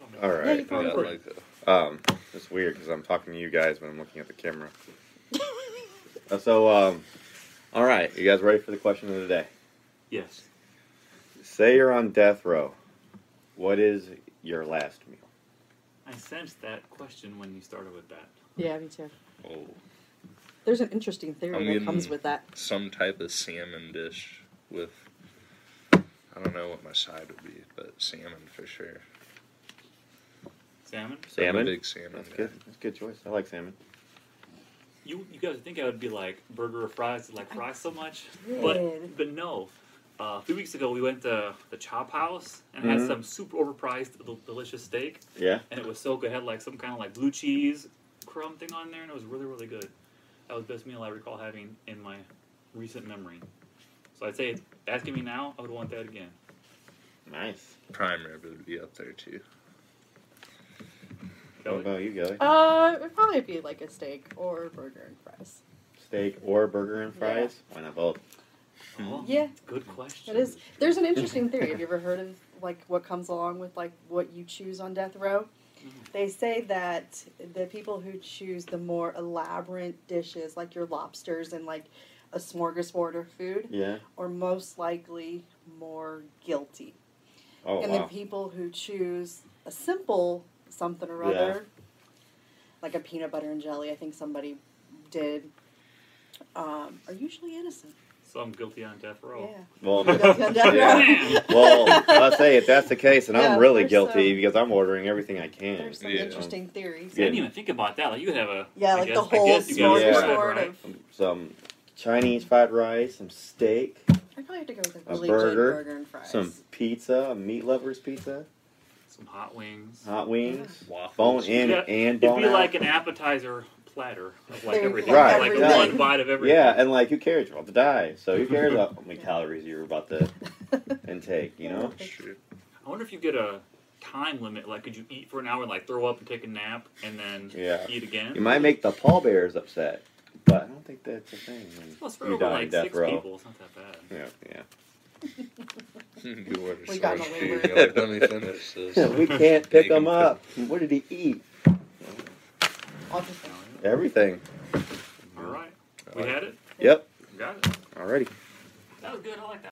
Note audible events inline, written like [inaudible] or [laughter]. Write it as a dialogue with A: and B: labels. A: All
B: Yeah, you
A: right.
B: probably
C: Yeah,
B: would.
C: like, uh,
A: Um, it's weird because I'm talking to you guys when I'm looking at the camera. Uh, So, um, all right, you guys ready for the question of the day?
D: Yes.
A: Say you're on death row. What is your last meal?
D: I sensed that question when you started with that.
B: Yeah, me too.
C: oh,
B: There's an interesting theory
C: I
B: that comes
C: mean-
B: with that.
C: some type of salmon dish with. I don't know what my side would be, but salmon for sure.
D: Salmon?
C: I'm a
A: Salmon.
C: big salmon.
A: That's
C: guy.
A: good. That's a good choice. I like salmon.
D: You you guys would think I would be like burger or fries, like fries so much,
B: did.
D: but but no. Uh, a few weeks ago, we went to the Chop House and
A: Mhm.
D: had some super overpriced, del- delicious steak,
A: Yeah.
D: and it was so good. It had like some kind of like blue cheese crumb thing on there, and it was really really good. That was the best meal I recall having in my recent memory. So I'd say, asking me now, I would want that again.
A: Nice.
C: Prime rib would be up there too.
A: What
D: Kelly?
A: about you, Gilly?
B: Uh, it would probably be like a steak or burger and fries.
A: Steak or burger and fries? Why not both?
D: Oh,
B: Yeah.
D: Good question.
B: That is. There's an interesting theory. Have you ever heard of like what comes along with like what you choose on death row?
C: Mm-hmm.
B: They say that the people who choose the more elaborate dishes, like your lobsters and like a smorgasbord of food,
A: Yeah.
B: are most likely more guilty.
A: Oh
B: and the
A: wow.
B: people who choose a simple something or other, like a peanut butter and jelly, I think somebody did, um, are usually innocent.
D: So I'm guilty on death row.
B: Yeah. [laughs]
A: Well, [laughs] yeah.
B: Yeah.
A: well, let's say if that's the case, and
B: Yeah,
A: I'm really
B: there's
A: guilty
B: some-
A: because I'm ordering everything I can.
B: There's some
C: Yeah.
B: interesting theories.
D: I didn't
A: Yeah.
D: even think about that. Like you could have a
B: Yeah,
D: I
B: like
D: guess-
B: the
D: I
B: whole
D: guess you got
A: smorgasbord
D: a spread,
B: smorgasbord
D: right?
B: of.
A: Um, Some Chinese fried rice, some steak,
B: I probably have to go with a,
A: A
B: really good
A: burger,
B: burger and fries.
A: some pizza, a meat lovers pizza,
D: some hot wings.
A: hot wings,
C: Waffles.
A: bone in
D: Yeah,
A: and
D: It'd
A: bone
D: be
A: out.
D: like an appetizer platter of like
B: There you
D: everything,
A: go.
D: It's
A: Right,
D: like
A: yeah.
D: one bite of everything.
A: yeah, and like who cares? You're about to die, so who
D: [laughs]
A: cares about how many calories you're about to intake? You know?
C: Shoot. [laughs]
D: I wonder if you get a time limit. Like, could you eat for an hour and like throw up and take a nap and then
A: Yeah.
D: eat again?
A: You might make the pallbearers upset, but I don't think that's a thing. when
D: Well, it's for
A: you
D: over
A: die
D: like
A: in death
D: six
A: row.
D: people. It's not that bad.
A: Yeah, yeah.
C: you order
B: We
C: so
B: got
C: much
B: no
C: food.
B: labor.
C: You're like, let me finish
A: Yeah,
C: this.
D: [laughs]
A: we can't pick
C: Bacon
A: him up. What did he eat?
B: [laughs] I'll just think.
A: Everything.
D: All right, we had it.
A: Yep.
D: Got it.
A: Alrighty.
D: That was good. I like that.